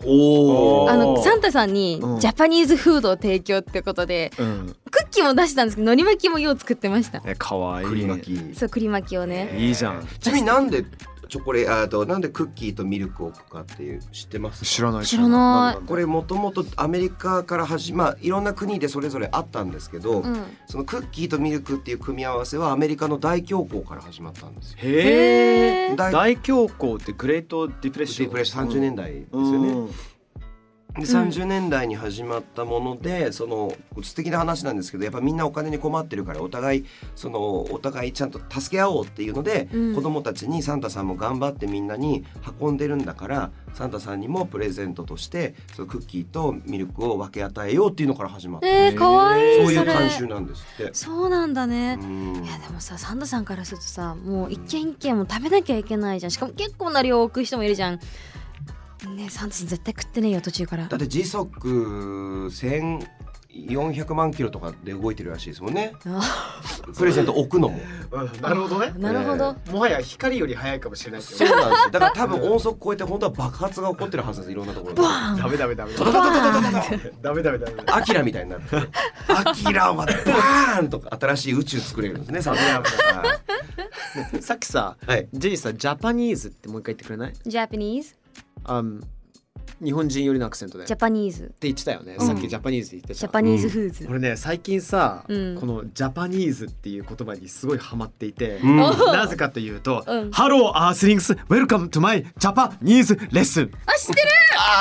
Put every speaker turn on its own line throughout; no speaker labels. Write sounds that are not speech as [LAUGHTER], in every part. おお。
あのサンタさんに
うん
ジャパニーズフードを提供ってことで
うん、
クッキーも出したんですけどのり巻きもよう作ってました
えかわいい
栗巻き。
そう栗巻きをね
いいじゃん
ちなみになんでチョコレあとなんでクッキーとミルクを置くかっていう知ってます。
知らない
知らない
んだ
これもともとアメリカから始まあいろんな国でそれぞれあったんですけど、
うん
そのクッキーとミルクっていう組み合わせはアメリカの大恐慌から始まったんですよ。
へえ
大
大恐慌ってグレートディプレッション
ディプレッション30年代ですよね。で30年代に始まったものでその素敵な話なんですけどやっぱみんなお金に困ってるからお互いそのお互いちゃんと助け合おうっていうので、
うん
子供たちにサンタさんも頑張ってみんなに運んでるんだからサンタさんにもプレゼントとしてそのクッキーとミルクを分け与えようっていうのから始まった、
えー、かわいい
そういう
それ
慣習なんですって。
そうなんだね、
うん
いやでもさサンタさんからするとさもう一軒一軒も食べなきゃいけないじゃんしかも結構な量置く人もいるじゃんねサンタさん絶対食ってねえよ途中から
だって時速1400万キロとかで動いてるらしいですもんね
あ
プレゼント置くのも
うんなるほどね
なるほど、
もはや光より速いかもしれないけ
そ
ど
うなんですよだから多分音速超えて本当は爆発が起こってるはずなんですいろんなところで
バーン
ダメダメダメ
ダダダダダダダ
ダメダメダメダメ
アキラみたいになるアキラはバーンとか新しい宇宙作れるんですねサンタさんは
さっきさ
はい
ジェニーさジャパニーズってもう一回言ってくれない
ジャパニーズ
あん日本人寄りのアクセントでっ
ジャ
て
パニーズ
言ってたよね、
うん
さっきジャパニーズって言って
ジャ
た
パニーズフーズ、
俺ね最近さ、
うん
このジャパニーズっていう言葉にすごいハマっていて、
うん
なぜかというと、
うん
ハローアースリングスウェルカムトゥマイジャパニーズレッスン
あ知ってる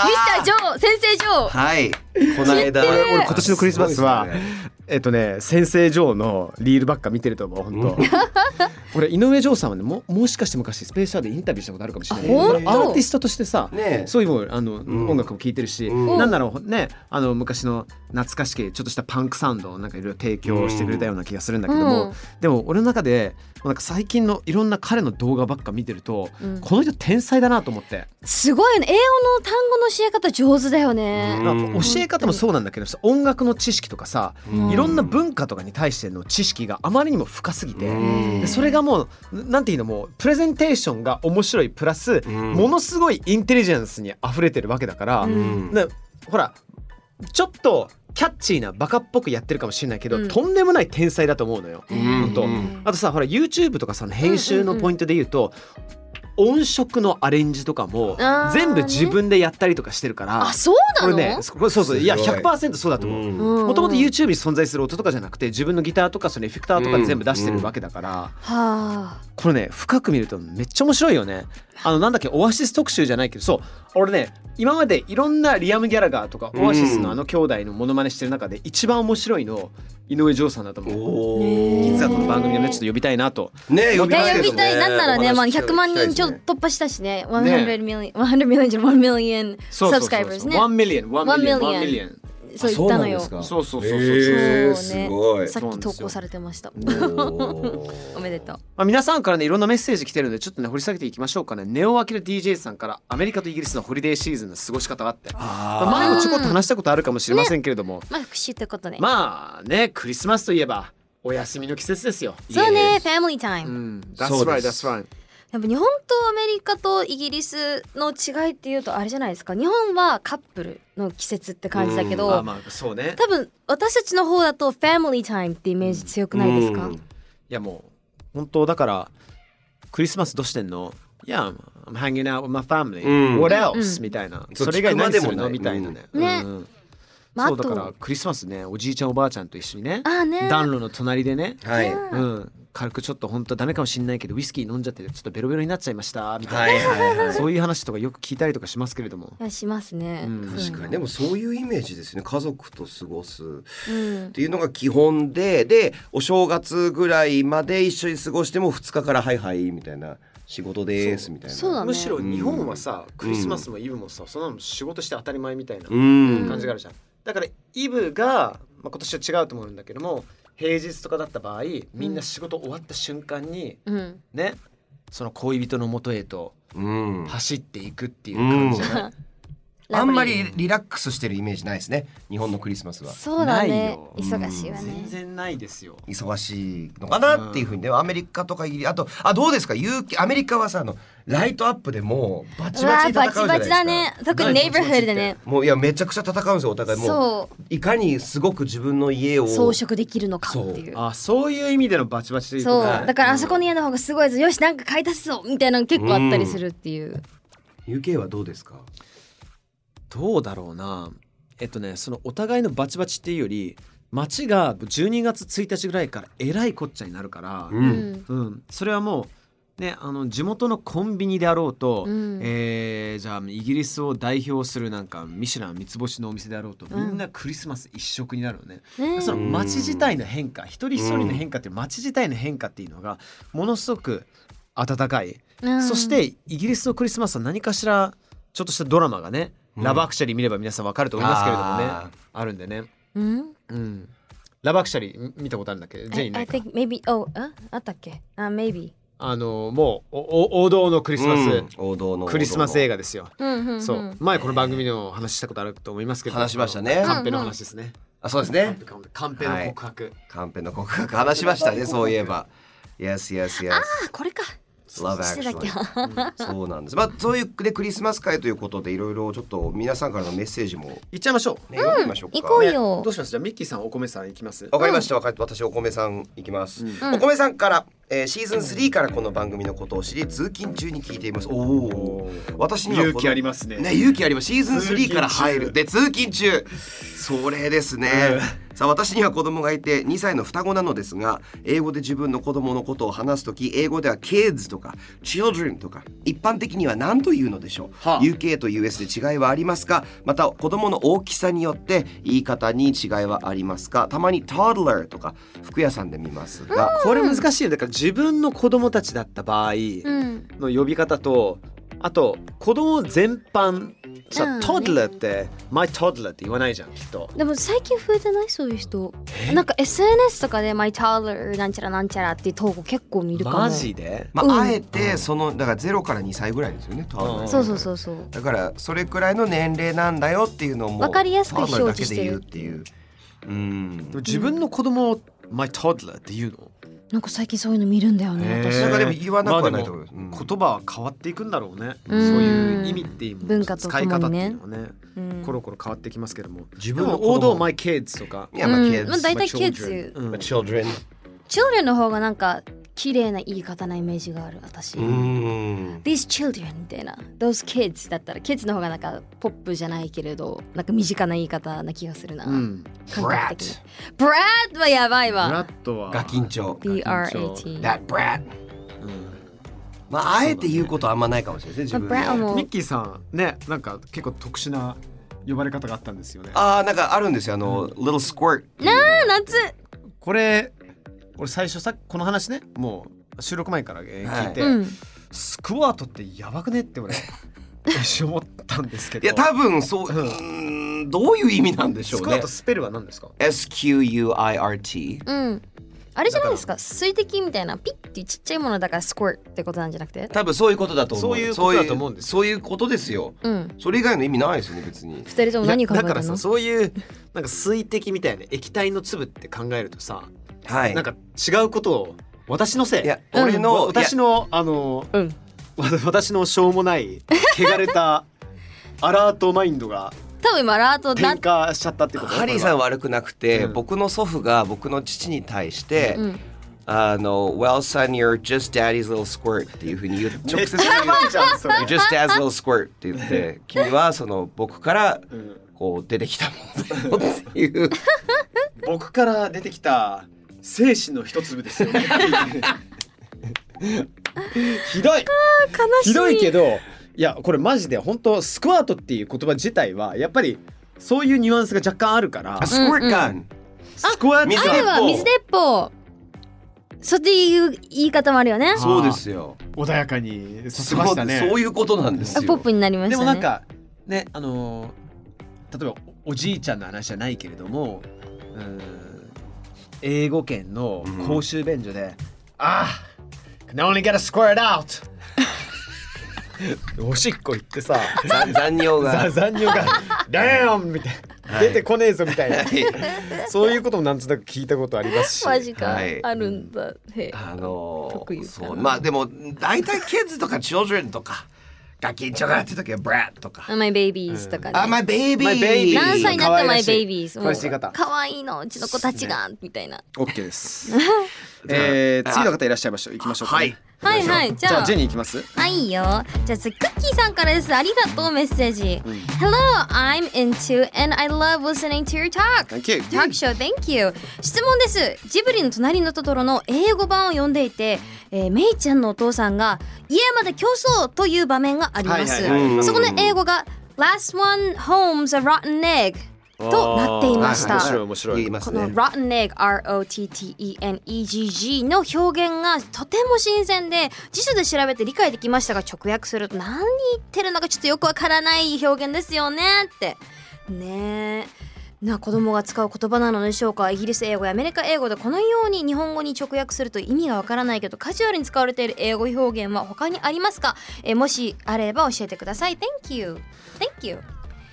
ミスタージョー先生ジョー
はいこの間
知ってる俺
今年のクリスマスはえっとね先生ジョーのリールばっか見てると思う本当、
うん
俺井上ジョーさんはねももしかして昔スペーシャルでインタビューしたことあるかもしれない
あ本当
アーティストとしてさ、
ねえ
そういうもうあの、
ん
音楽も聴いてるし、
うん
なんならねあの昔の懐かしきちょっとしたパンクサウンドをなんかいろいろ提供してくれたような気がするんだけども、
うん
でも俺の中でなんか最近のいろんな彼の動画ばっか見てると、
うん
この人天才だなと思って、
すごいよね英語の単語の教え方上手だよね、
うん
なんか教え方もそうなんだけどさ音楽の知識とかさ、
うん
いろんな文化とかに対しての知識があまりにも深すぎて。
うん
Mm.
でそれがもうななんていうのもうプレゼンテーションが面白いプラス、
うん
ものすごいインテリジェンスに溢れてるわけだから、
うん
なほらちょっとキャッチーなバカっぽくやってるかもしれないけど、
うん
とんでもない天才だと思うのよ。
うん
とあとさほら YouTube とかさ編集のポイントで言うと、音色のアレンジとかも
あー
全部自分でやったりとかしてるから、
あそうな
これ
の、
ねこれそうそういや
すごい
100%そうだと思う。
うん
うん
もともと YouTube に存在する音とかじゃなくて自分のギターとかそのエフェクターとかで全部出してるわけだから、
はあ
これね深く見るとめっちゃ面白いよねあのなんだっけオアシス特集じゃないけどそう俺ね今までいろんなリアム・ギャラガーとか
うん
オアシスのあの兄弟のモノマネしてる中で一番面白いの井上嬢さんだと思う
お
ねえ
実
ー
はこの番組をねちょっと呼びたいなと
ねえ呼びたい
え
で
呼
す
びたい、
ね
なんならね、まあ、100万人ちょっと突破したしね、100 million、100 million じゃ1 million
そうそうそう
subscribers ね。
1 million 1 million 1
1
million
そう言ったのよ。
あ
そうそうそうそう、
へえ
そうね
すごい
さっき投稿されてました。おめでとう。
まあ、皆さんからねいろんなメッセージ来てるんでちょっとね掘り下げていきましょうかねネオアキラ DJ さんからアメリカとイギリスのホリデーシーズンの過ごし方があってまあ
あ
前もちょこっと話したことあるかもしれませんけれども、
まあ、復習ということで。
まあねクリスマスといえばお休みの季節ですよ。
そうね、
Yes
family time
うん、
そう
That's
で
right,
す
that's right.
やっぱ日本とアメリカとイギリスの違いっていうとあれじゃないですか日本はカップルの季節って感じだけど、
まあまあそうね。
多分私たちの方だとファミリータイムってイメージ強くないですか、
うん
いやもう本当だからクリスマスどうしてんのいや、I'm hanging out with my family.、
うん
What
う
else?、
ん
みたいな。
そう
それ以外何する
聞くまでも
の
ない
みたいなね。
うんね
うんうん
まあ
そう
あ
だ
と
からクリスマスねおじいちゃんおばあちゃんと一緒にね
ああね
暖炉の隣でね、
はい
うん、軽くちょっと本当ダメかもしんないけどウイスキー飲んじゃってちょっとベロベロになっちゃいましたみた
はいいはい
な、
はい
そういう話とかよく聞いたりとかしますけれども。
いやしますね、
うん
そういうの
確かにでもそういうイメージですね家族と過ごす
うん
っ、ていうのが基本ででお正月ぐらいまで一緒に過ごしても2日から「はいはい」みたいな「仕事です」みたいな
そうだね
むしろ日本はさ、クリスマスもイブもさそんなの仕事して当たり前みたいな
うん
感じがあるじゃん、だからイブが、まあ、今年は違うと思うんだけども平日とかだった場合みんな仕事終わった瞬間に
うん、
ねその恋人の元へと
うん
走っていくっていう感じじゃない、
あんまりリラックスしてるイメージないですね日本のクリスマスは
そうだ
ない
ね
よ
忙しいわ
全
ね
然ないですよ
忙しいのかなっていうふうにねアメリカとかイギリスあとあどうですか UK アメリカはさあのライトアップでもうバチ
うわ
バチ
ー
に戦
バ
うじゃな
チバ
いですか
チだね特に
ない
ネイバーフールでね
もういやめちゃくちゃ戦うんですよお互いもう
そ
いかにすごく自分の家を
う装飾できるのかっていう
あそういう意味でのバチバチという
そう
か
だからあそこの家の方がすごいぞよしなんか買い足すぞみたいなの結構あったりするっていう、
UK はどうですか
どうだろうなえっとねそのお互いのバチバチっていうより街が12月1日ぐらいからえらいこっちゃになるから、
う
うん
ん
うん、それはもうね、あの地元のコンビニであろうと、
うん
えーじゃあイギリスを代表するなんかミシュラン三つ星のお店であろうと、
うん
みんなクリスマス一色になるのね、
ね
その
うん
街自体の変化一人一人の変化っていう街自体の変化っていうのがものすごく温かい、
うん
そしてイギリスのクリスマスは何かしらちょっとしたドラマがね、
うん
ラブアクシャリー見れば皆さんわかると思いますけれどもねあ
あ
るんでね、
うん
うん、ラブアクシャリー見たことあるんだっけジェイ
I,
な
I
いか
think maybe oh ああったっけあ maybe
あのもうおお王道のクリスマス、
うん王道の
クリスマス映
画
画ですよ。
うんうん、うん、
そう前この番組でも話したことあると思いますけど
話しましたね
カンペの話ですね
あそうですね
カンペの告白
カンペの告白話しましたねそういえば Yes yes yes
あこれか
Love
してたっ
Actually
け
そうなんですまあそういうでクリスマス会ということでいろいろちょっと皆さんからのメッセージもね
いっちゃいましょ
読んでみましょうか
行こ
う
う
ね
よ
どうしますじゃあミッキーさんお米さんいきます
わかりました、わかり私お米さんいきます、
うん
お米さんから、えーシーズン3からこの番組のことを知り通勤中に聞いていますおおー私には
勇気あり
ま
ますね
ね勇気ありますシーズン
通勤
3
中
から入るで通勤中それですね、さあ私には子供がいて2歳の双子なのですが英語で自分の子供のことを話すとき英語では kids とか children とか一般的には何というのでしょう、
はあ
UK と US で違いはありますかまた子供の大きさによって言い方に違いはありますかたまに toddler とか服屋さんで見ますが、
これ難しいよだから自分の子供たちだった場合
うん
の呼び方とあと子供全般
うん
さ
ね
toddler って my toddler って言わないじゃんきっと
でも最近増えてないそういう人なんか SNS とかで「My Toddler なんちゃらなんちゃら」っていう投稿結構見るかも
マジで
まあ
うん
あえてそのだから0から2歳ぐらいですよね toddler
うん
そうそうそうそう
だからそれくらいの年齢なんだよっていうのをもう
わかりやすく表示して
パーマ
る
だけで言うっていう。うん
でも。自分の子供を my toddler って言うの
なんか最近そういうの見るんだよね
へー
私
なんかでも言わなくはないと思います。うん
言葉は変わっていくんだろうね、
うん
そういう意味っていうもの
文化ととも
使
に
い
ね
方っていうのはね
うん
コロコロ変わってきますけども
自
で
分の
も王道 My Kids とか、
いやまあ
うん
kids
まあ大体
my children
kids 言う
うん
but children。
children の方がなんか綺麗な言い方なイメージがある私、
うん。
These children みたいな Those kids だったら kids の方がなんかポップじゃないけれどなんか身近な言い方な気がするな、
うん、
感覚的に Brat はやばい
ブ
わ
ラッドは
ガキンチョ。
B-R-A-T
That brat。
うん
まああえて言うことあんまないかもしれないですね自
まあ brat
分
も
も。
ミッキーさんねなんか結構特殊な呼ばれ方があったんですよね
ああなんかあるんですよあの little squirt。
あ夏
これ俺最初さこの話ねもう収録前からえー
はい
聞いて、
うん
スクワートってやばくね
[LAUGHS]
って俺一瞬思ったんですけど
いや多分そう
うん
うんどういう意味なんでしょ
ス
う
クワ
ね
ート。スペルは何ですか
S Q U I R T。
うんあれじゃないですか水滴みたいなピッてちっちゃいものだからスクワットってことなんじゃなくて
多分そういうことだと思
そ
う。
ういうことだと思うんです
そういうそういうことですよ。
うん
それ以外の意味ないですよね別に。
二人とも何考
い
え
やだから
てん
さ
の
そういうなんか水滴みたいな液体の粒って考えるとさ、
はい。
なんか違うことを私のせい
いや
うん
俺
わ
の
私
の
のあの
うん
わ私のしょうもない汚れ
[LAUGHS]
たアラートマインドが
多分今アラートだ
転化しちゃったってこと
ハリーさん
は
悪くなくて、
うん
僕の祖父が僕の父に対して、
うん
あの Well son you're just daddy's little squirt っていうふうに言う
直
直
接
接
言うじゃんそれ [LAUGHS]
You're just dad's little squirt って言って君はその僕からこう出てきたものだよっていう
僕から出てきた精神の一粒ですよ
[LAUGHS]
ねひどい
悲しい
ひどいけどいやこれマジで本当スクワートっていう言葉自体はやっぱりそういうニュアンスが若干あるから
あ squirt gun
スクワット
水
あ
鉄
れは
砲
水鉄砲そっていう言い方もあるよね
そうですよ
穏やかにさせましたね
そうそういうことなんです
あ
よ
ポップになりましたね
でもなんかねあのー例えばおおじいちゃんの話じゃないけれどもうーん英語圏の公衆便所で、ああ can only get a squirt out おしっこ行ってさ
残残尿
ざ
が
残尿 [LAUGHS] が「damn みたいな
はい
出てこねえぞみたいな、
はい
そういうこともなんとなく聞いたことありますし
マジか、
はい
あるんだへ
あの
得意
ー、
かな
そうまあでも大体 kids とか children とかガキンチョがって時は brat とか
My babies とかね、
あ、マイベイビー。
My baby
何歳になっても
可愛ら
My
しい
babies
可愛らしい方
可愛いのうちの子たちがみたいな [LAUGHS]
OK ですえー、次の方いらっしゃいましょう行きましょうか、ね
はい。
はいはいじゃあ
ジェニーいきます
はいよじゃあ次クッキーさんからですありがとうメッセージ、
うん
Hello I'm into and I love listening to your talk
Thank you
タークショー Thank you 質問ですジブリの隣のトトロの英語版を読んでいて、えー、メイちゃんのお父さんが家まで競争という場面があります、
はいはい
はい
そこの英語が Last one home's a rotten egg となっていました、
あーはいはい面白い面白い
言いま
こ
す
の
ね
Rotten Egg R-O-T-T-E-N-E-G-G の表現がとても新鮮で辞書で調べて理解できましたが直訳すると何言ってるのかちょっとよくわからない表現ですよねってねえな子供が使う言葉なのでしょうかイギリス英語やアメリカ英語でこのように日本語に直訳すると意味がわからないけどカジュアルに使われている英語表現は他にありますか、えーもしあれば教えてください Thank you Thank you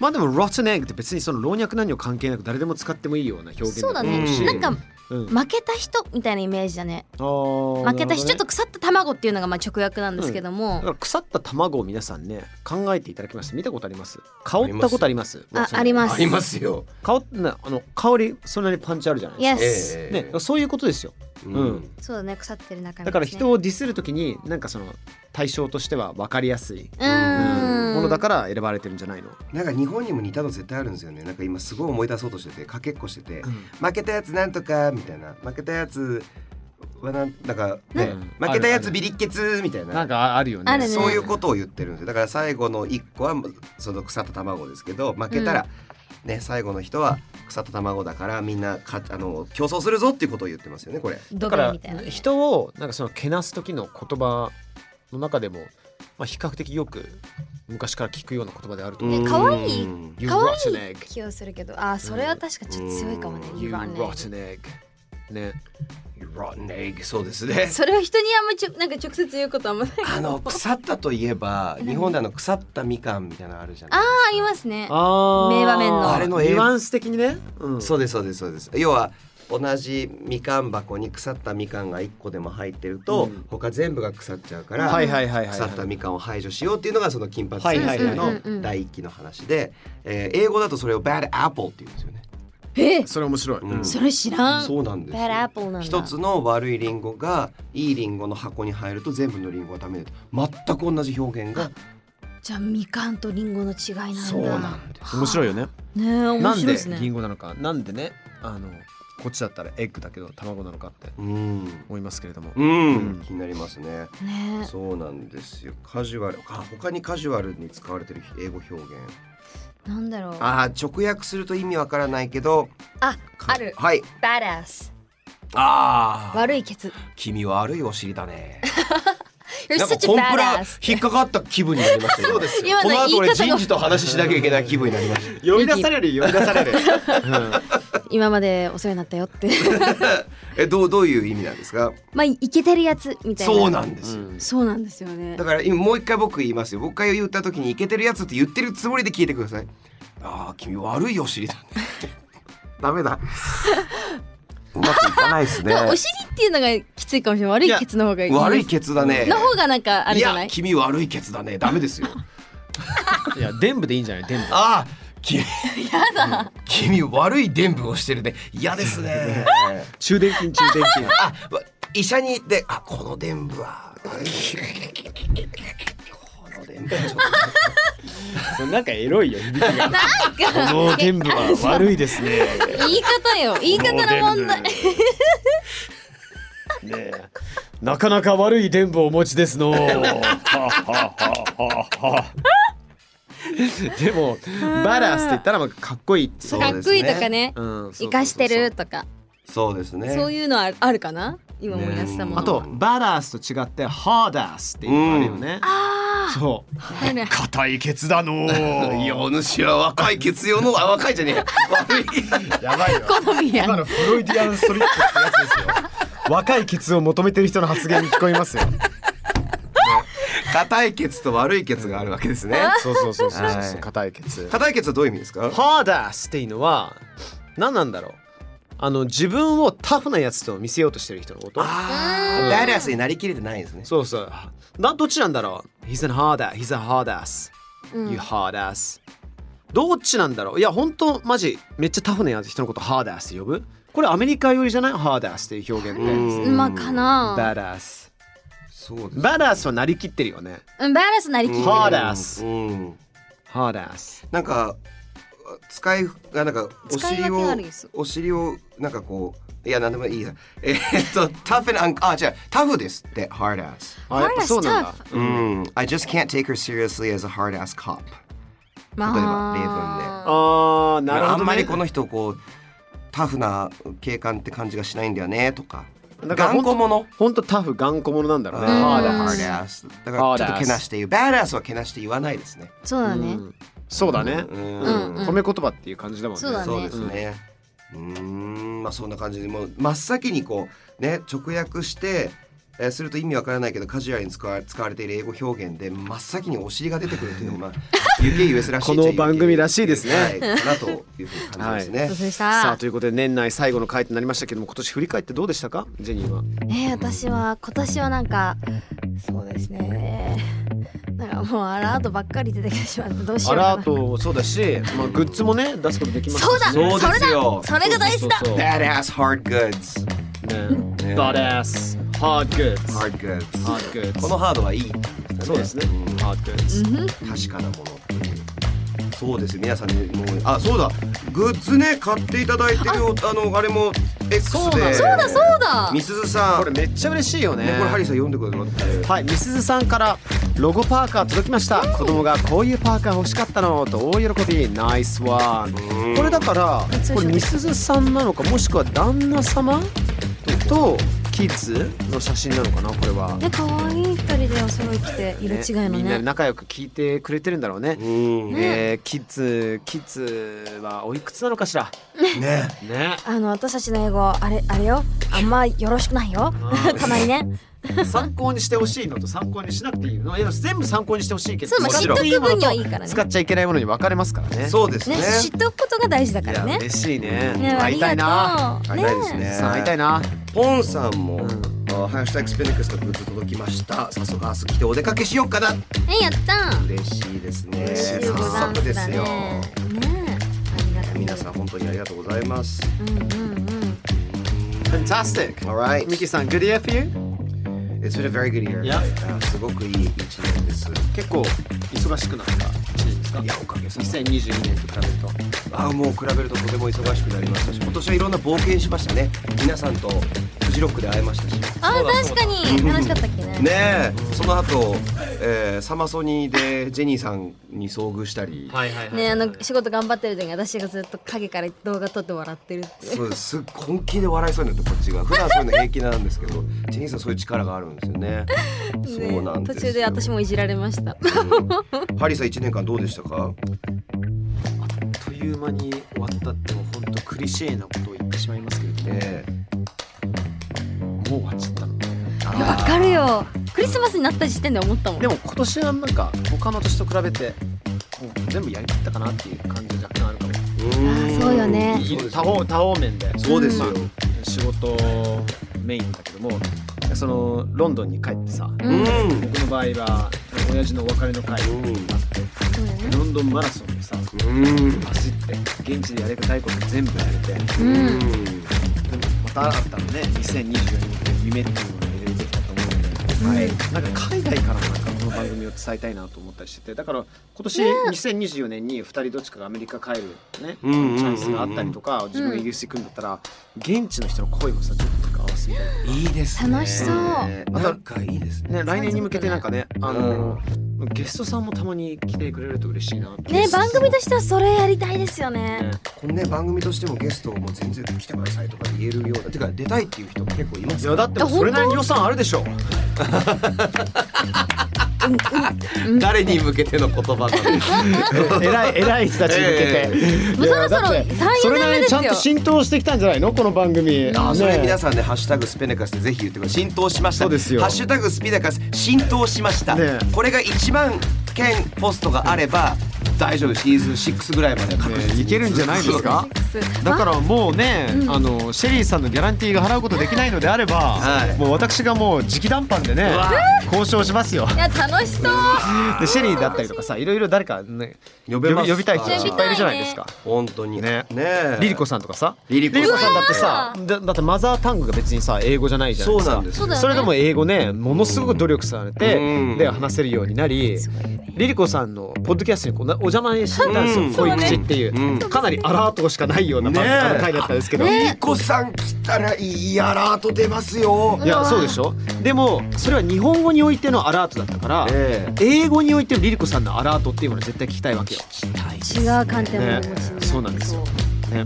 まあでも rotten egg って別にその老若男女関係なく誰でも使ってもいいような表現
そうだ
と思
ね、
し
うん
なんか
うん
負けた人みたいなイメージだね
あー
負けたし、
な
ち
るほど
ょっと
ね
腐った卵っていうのがまあ直訳なんですけど
だ
も、
から腐った卵を皆さんね考えていただきました見たことあります香ったことあります
ああります
ありますよ。
香っなあの香りそんなにパンチあるじゃないですか、
Yes
ええ
ね、そういうことですようん
そうだね腐ってる中身、ね、
だから人をディスるときになんかその対象としては分かりやすい
うん
ものだから選ばれてるんじゃないの、
なんか日本にも似たの絶対あるんですよね。なんか今すごい思い出そうとしてて、かけっこしてて、負けたやつなんとかみたいな、負けたやつはなんなんかね、
うん
負けた
ある
や
ある
つビリッケツみたいな。
なんかあるよね
あるね
そういうことを言ってるんですよ。だから最後の一個はその腐った卵ですけど、負けたら、ね最後の人は腐った卵だからみんなかあの競争するぞっていうことを言ってますよね。これ。
ド
だか
ベル
ら
みたいな
人をなんかそのけなす時の言葉の中でも、まあ、比較的よく昔から聞くような言葉であると思う。
ね可愛い
うん
かわ
rotten
いい
egg
気をするけどあーそれは確かちょっと強いかもね、
うん
You
You
rotten egg
rotten egg ね
You rotten egg そうですね。
それを人にあんまちょなんか直接言うことあんまない
あの腐ったといえば日本であの腐ったみかんみたいなのあるじゃない
あ
ですか。
ありますね
あ
名場面の
あれの
ニ
英
ュアンス的にね、うん
そうですそうですそうです。要は同じみかん箱に腐ったみかんが1個でも入ってると、
うん
他全部が腐っちゃうから、
はいはいはいはい
腐ったみかんを排除しようっていうのがその金髪
はい
先
はいはい
生の第一期の話で、えー英語だとそれを bad apple って言うんですよね。
え
それ面白い、
うん
それ知らん
そうなんですよ
Bad apple なんだ
一つの悪いリンゴがいいリンゴの箱に入ると全部のリンゴはダメだと全く同じ表現が
じゃあみかんとりんごの違いなんだ
そうなんです。
面白いよね
ねえ面
なん
白い
で
ですね
リンゴなのかなんでねあのこっちだったらエッグだけど卵なのかって
うん、
思いますけれども、
うん
うん
気になりますね。
ね
そうなんですよ。カジュアル、あ他にカジュアルに使われてる英語表現。
えなんだろうあ
ああ、直訳すると意味わからないけど。
あ
か
る
はい。
badass
ああ。
悪いケツ
君は悪いお尻だね。
You're
なんか
such
コンプラ
badass
引っかかった気分になりましたよ。そうです
よ
この後
今の言い方
俺
が
人事と話ししなきゃいけない気分になりま [LAUGHS] した。
呼び出される呼び出される、うん
今までお世話になったよって
[LAUGHS] え、どうどういう意味なんですか。
まあ、いけてるやつみたいな。
そうなんですよ。
そうなんですよね
だ。から今もう一回僕言いますよ。僕が言った時にイケてるやつって言ってるつもりで聞いてください。ああ、君悪いお尻だね。 [LAUGHS] ダメ [LAUGHS] だ。うまくいかないですね。
お尻っていうのがきついかもしれない。悪いケツの方がいい。
悪いケツだね。
の方がなんかあるじゃないい
や、。君悪いケツだね。ダメです
[LAUGHS]
よ。
いや伝部でいいんじゃない伝部
ああ、君。やだ。君悪い伝部をしてるね。嫌です [LAUGHS] ね。
中電筋中電筋
あ、わ医者に行って、あ、この伝部 [LAUGHS] は。この伝部はちょっ
[LAUGHS] そうなんかエロいよ響きがこの伝部 [LAUGHS] は悪いですね
言い方よ。言い方の問題。
ねえなかなか悪い伝部をお持ち [LAUGHS] ですのはははははでもバランスって言ったらまあかっこいいっていう
そう
かっこいいとかね。
うんそうそうそうそう
生かしてるとか。
とそうですね。
そういうのはあるかな。今思い出したもの。
あとバランスと違ってハーダースっていうのがあるよね、そう
はいね
硬いケツだの
いやお主は若い血用のあ若いじゃねえや悪い
[LAUGHS] やばいよ
好みや。
今のフロイディアンストリップってやつ [LAUGHS] ですよ若いケツを求めてる人の発言に聞こえますよ
硬い血と悪い血があるわけですね
そうそうそうそう
は
そう
い
硬いケツ
硬い血はどういう意味ですか
ハーダースっていうのは何なんだろうあの自分をタフなやつと見せようとしてる人のこと
あ
う
ー
ん
ダリアスになりきれてないんですね
そうそうなどっちなんだろう He's a hard ass He's a hard ass
うん
You hard ass どっちなんだろういや本当マジめっちゃタフなやつ人のことハーダースって呼ぶこれアメリカ寄りじゃないハーダースっていう表現で
うん
まあかな。
Badass
そうです。
バーダースはなりきってるよね。
うんバーラスなりき
う
っ
ん
てる
ハーダース
うん
ハーダース。
なんか使いあなんかお
使い
尻
分けがあ
を
るんです
お尻をなんかこういやなんでもいいや。えーっとタフなあ違うタフですって hard ass。
あ、やっぱそうなんだ。
うん。I just can't take her seriously as a hard ass cop。
ま
例えば
あ
ああ、なるほど、ね。
あんまりこの人をこうタフな警官って感じがしないんだよねとか。
だから
頑固者。
ほんとタフ、頑固者なんだろうね。ハーダー
hard
ス。
ass。だからちょっとけなして言う。badass はけなして言わないですね。
そうだね
うんそうだね。
うん
うん
褒め言葉っていう感じだもんね。
そうだね
そうですね。うーん、まあそんな感じでもう真っ先にこうね直訳して、えーすると意味わからないけどカジュアルに使わ使われている英語表現で真っ先にお尻が出てくるっていうのが UKUS らしい
[LAUGHS] この番組らしいですね
はい、かなというふうに感じます
そう
ね。
でし
さ
た
あということで年内最後の回となりましたけども今年振り返ってどうでしたかジェニーは
えー、私は今年はなんかそうですねなんかもうアラートばっかり出てきてしまってどうしよ
ア
うか
ラー
な
トそうだし、まあ、グッズもね出すことできましたし
そうだ
そうですよ。
それが大事だ
そうそうそう
Badass hard goods,
ね Badass Hard Goods
hard goods。
Hard Goods
このハードはいい。
そうですね Hard Goods
確かなもの。そうです皆さんねもうあそうだグッズね買っていただいてるよあのあれも X で
そうなんだ
そうだそうだ
みすずさん
これめっちゃ嬉しいよね
ね、これハリーさん読んでくださいって。
はい、みすずさんからロゴパーカー届きました子供がこういうパーカー欲しかったのと大喜びナイスワンこれだからこれみすずさんなのかもしくは旦那様とキッズの写真なのかなこれは、
え可愛い二人でお揃い着て色違いの
みんな
ね
仲良く聞いてくれてるんだろうね、
うん。
えーキッズキッズはおいくつなのかしら
ね。
ね
あの私たちの英語あれあれよあんまよろしくないよたまにね
参考にしてほしいのと参考にしなくていいのいや全部参考にしてほしいけど
そうまあ
も
知
ち
っ
ろ
と
ん
く
使っていいもの
分に
と
はいいからね
使っちゃいけないものに分かれますからね
そうですね。
ね知っとくことが大事だから
いや
ね
嬉しいね
ねあ
会
り
いたいな
がとう
会いたいですね。
さん会いたいな
ポンさんも、
ん
あハッシュタグスペネクスのグッズ届きました。早速明日来てお出かけしようかな。
えやった
嬉しいですね。
嬉しい
早
ござん
速
す
です
だね
よ。
ねえありがとう
皆さん本当にありがとうございます。
うんうんうん
Fantastic
Alright.
ミキさん Good year for you
It's been a very good year.
Yeah.
あすごくいい一年です。
結構忙しくなった1年ですか
いやおかげさまで。
2022年と比べると
あもう比べるととても忙しくなりましたし、今年はいろんな冒険しましたね。皆さんとフジロックで会えましたし。
あ確かに楽しかったっけね
ねえその後、えーサマソニーでジェニーさんに遭遇したり、
はいはいはい
ねあの仕事頑張ってる時に私がずっと影から動画撮って笑ってるっていう
そうです本気で笑いそうになってこっちが普段そういうの平気なんですけどジェニーさんそういう力があるんです
[LAUGHS]
よね。そうなん
ね
ですよ
途中で私もいじられました
うんハリーさん一年間どうでしたか？
あっという間に終わったってもう本当クリシェなことを言ってしまいますけれども、
ええ
もう終わっちゃったの
いやわかるよクリスマスになった時点で思ったもん
でも今年はなんか他の年と比べてもう全部やりきったかなっていう感じが若干あるかも
うん
あそうよね
そうです
多方多方面で
そうですよ。
仕事メインだけどもそのロンドンに帰ってさ
う
うん
ん
僕の場合は親父のお別れの会があって
そうだね
ロンドンマラソンをさ
うんうん
走って現地でやれたいこと全部やれてで
う
うん
ん
また新たなね2024年の夢っていうのが入れてきたと思う
うん
ので、なんか海外からもなんかこの番組を伝えたいなと思ったりしててだから今年2024年に2人どっちかがアメリカ帰るねチ
うんうんうんうん
ャンスがあったりとか自分が UC 行くんだったら現地の人の声もさちょっとなんか合わせて
いいですね。
楽しそう
ねなんかいいです
ね、
ね。
来年に向けてなんかね、あの、ゲストさんもたまに来てくれると嬉しいなって。
ね番組としてはそれやりたいですよね
ね
このね番組としてもゲストをもう全然来てくださいとか言えるようなてか出たいっていう人も結構いま
い
す
やだってもうそれなりに予算あるでしょ
誰に向けての言葉
[LAUGHS]
な
えらい偉い人たちに向けて、いや
そろそろ
だって
3 4
それなりにちゃん
年目
と浸
です
透してきたんじゃないのこの番組
あそれ皆
さ
さんね「ハッシュタグスペネカス」でぜひ言ってください浸透しました
そうですよ
ハッシュタグスピネカス浸透しました、
ねえ
これが一番兼ポストがあれば大丈夫シーズン6ぐらいまで確実に
いけるんじゃないですかだからもうね、あのシェリーさんのギャランティーが払うことできないのであれば、
はい
もう私がもう直談判でね
うわ
交渉しますよ
いや楽しそう
でシェリーだったりとかさいろいろ誰か、ね、
呼べます
呼びたい人
呼
たち
びたいね
いっぱいいるじゃないですか。
[LAUGHS] 本当に
ね
ねえ
リリコさんとかさ
リリコさん
さんだってさだだってマザータングが別にさ英語じゃないじゃないで
そう
す
な
か
んです
そうだよね
それでも英語ねものすごく努力されて、
うん
で話せるようになり、リリコさんのポッドキャストにこうなお邪魔してたんですよ
うん
「恋口」っていう、
うん
かなりアラートしかないような番、
ねえ
あの回だったんですけど、
リリコさん来たらいいアラート出ますよ
いやそうでしょでもそれは日本語においてのアラートだったから、
ええ
英語においてのリリコさんのアラートっていうものは絶対聞きたいわけよ。
違う観点も面白
ね
い
そうなんですよね、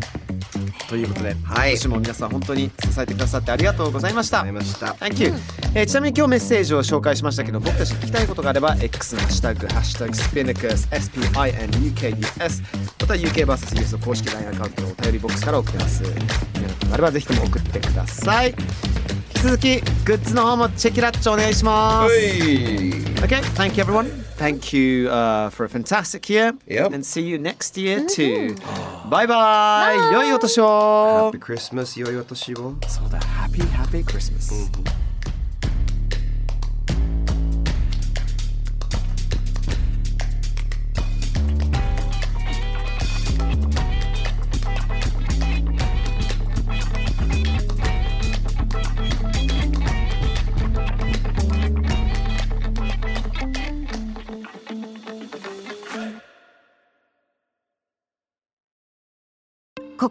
ということで
はい
私も皆さん本当に支えてくださってありがとうございました
あ。りました
Thank you、えーちなみに今日メッセージを紹介しましたけど僕たちに聞きたいことがあれば X のハッシュタグ「ハッシュタグスピネクス SPINUKUS」または UKVSUS の公式 LINE アカウントのお便りボックスから送ってますよろしくあればぜひとも送ってください引き続きグッズの方もチェキラッチお願いします
はい
Okay, thank you everyone. Thank you uh, for a fantastic year.
Yep.
And see you next year too. bye bye. 良いお年を
Happy Christmas 良いお年を
そうだ、Happy Happy Christmas.
こ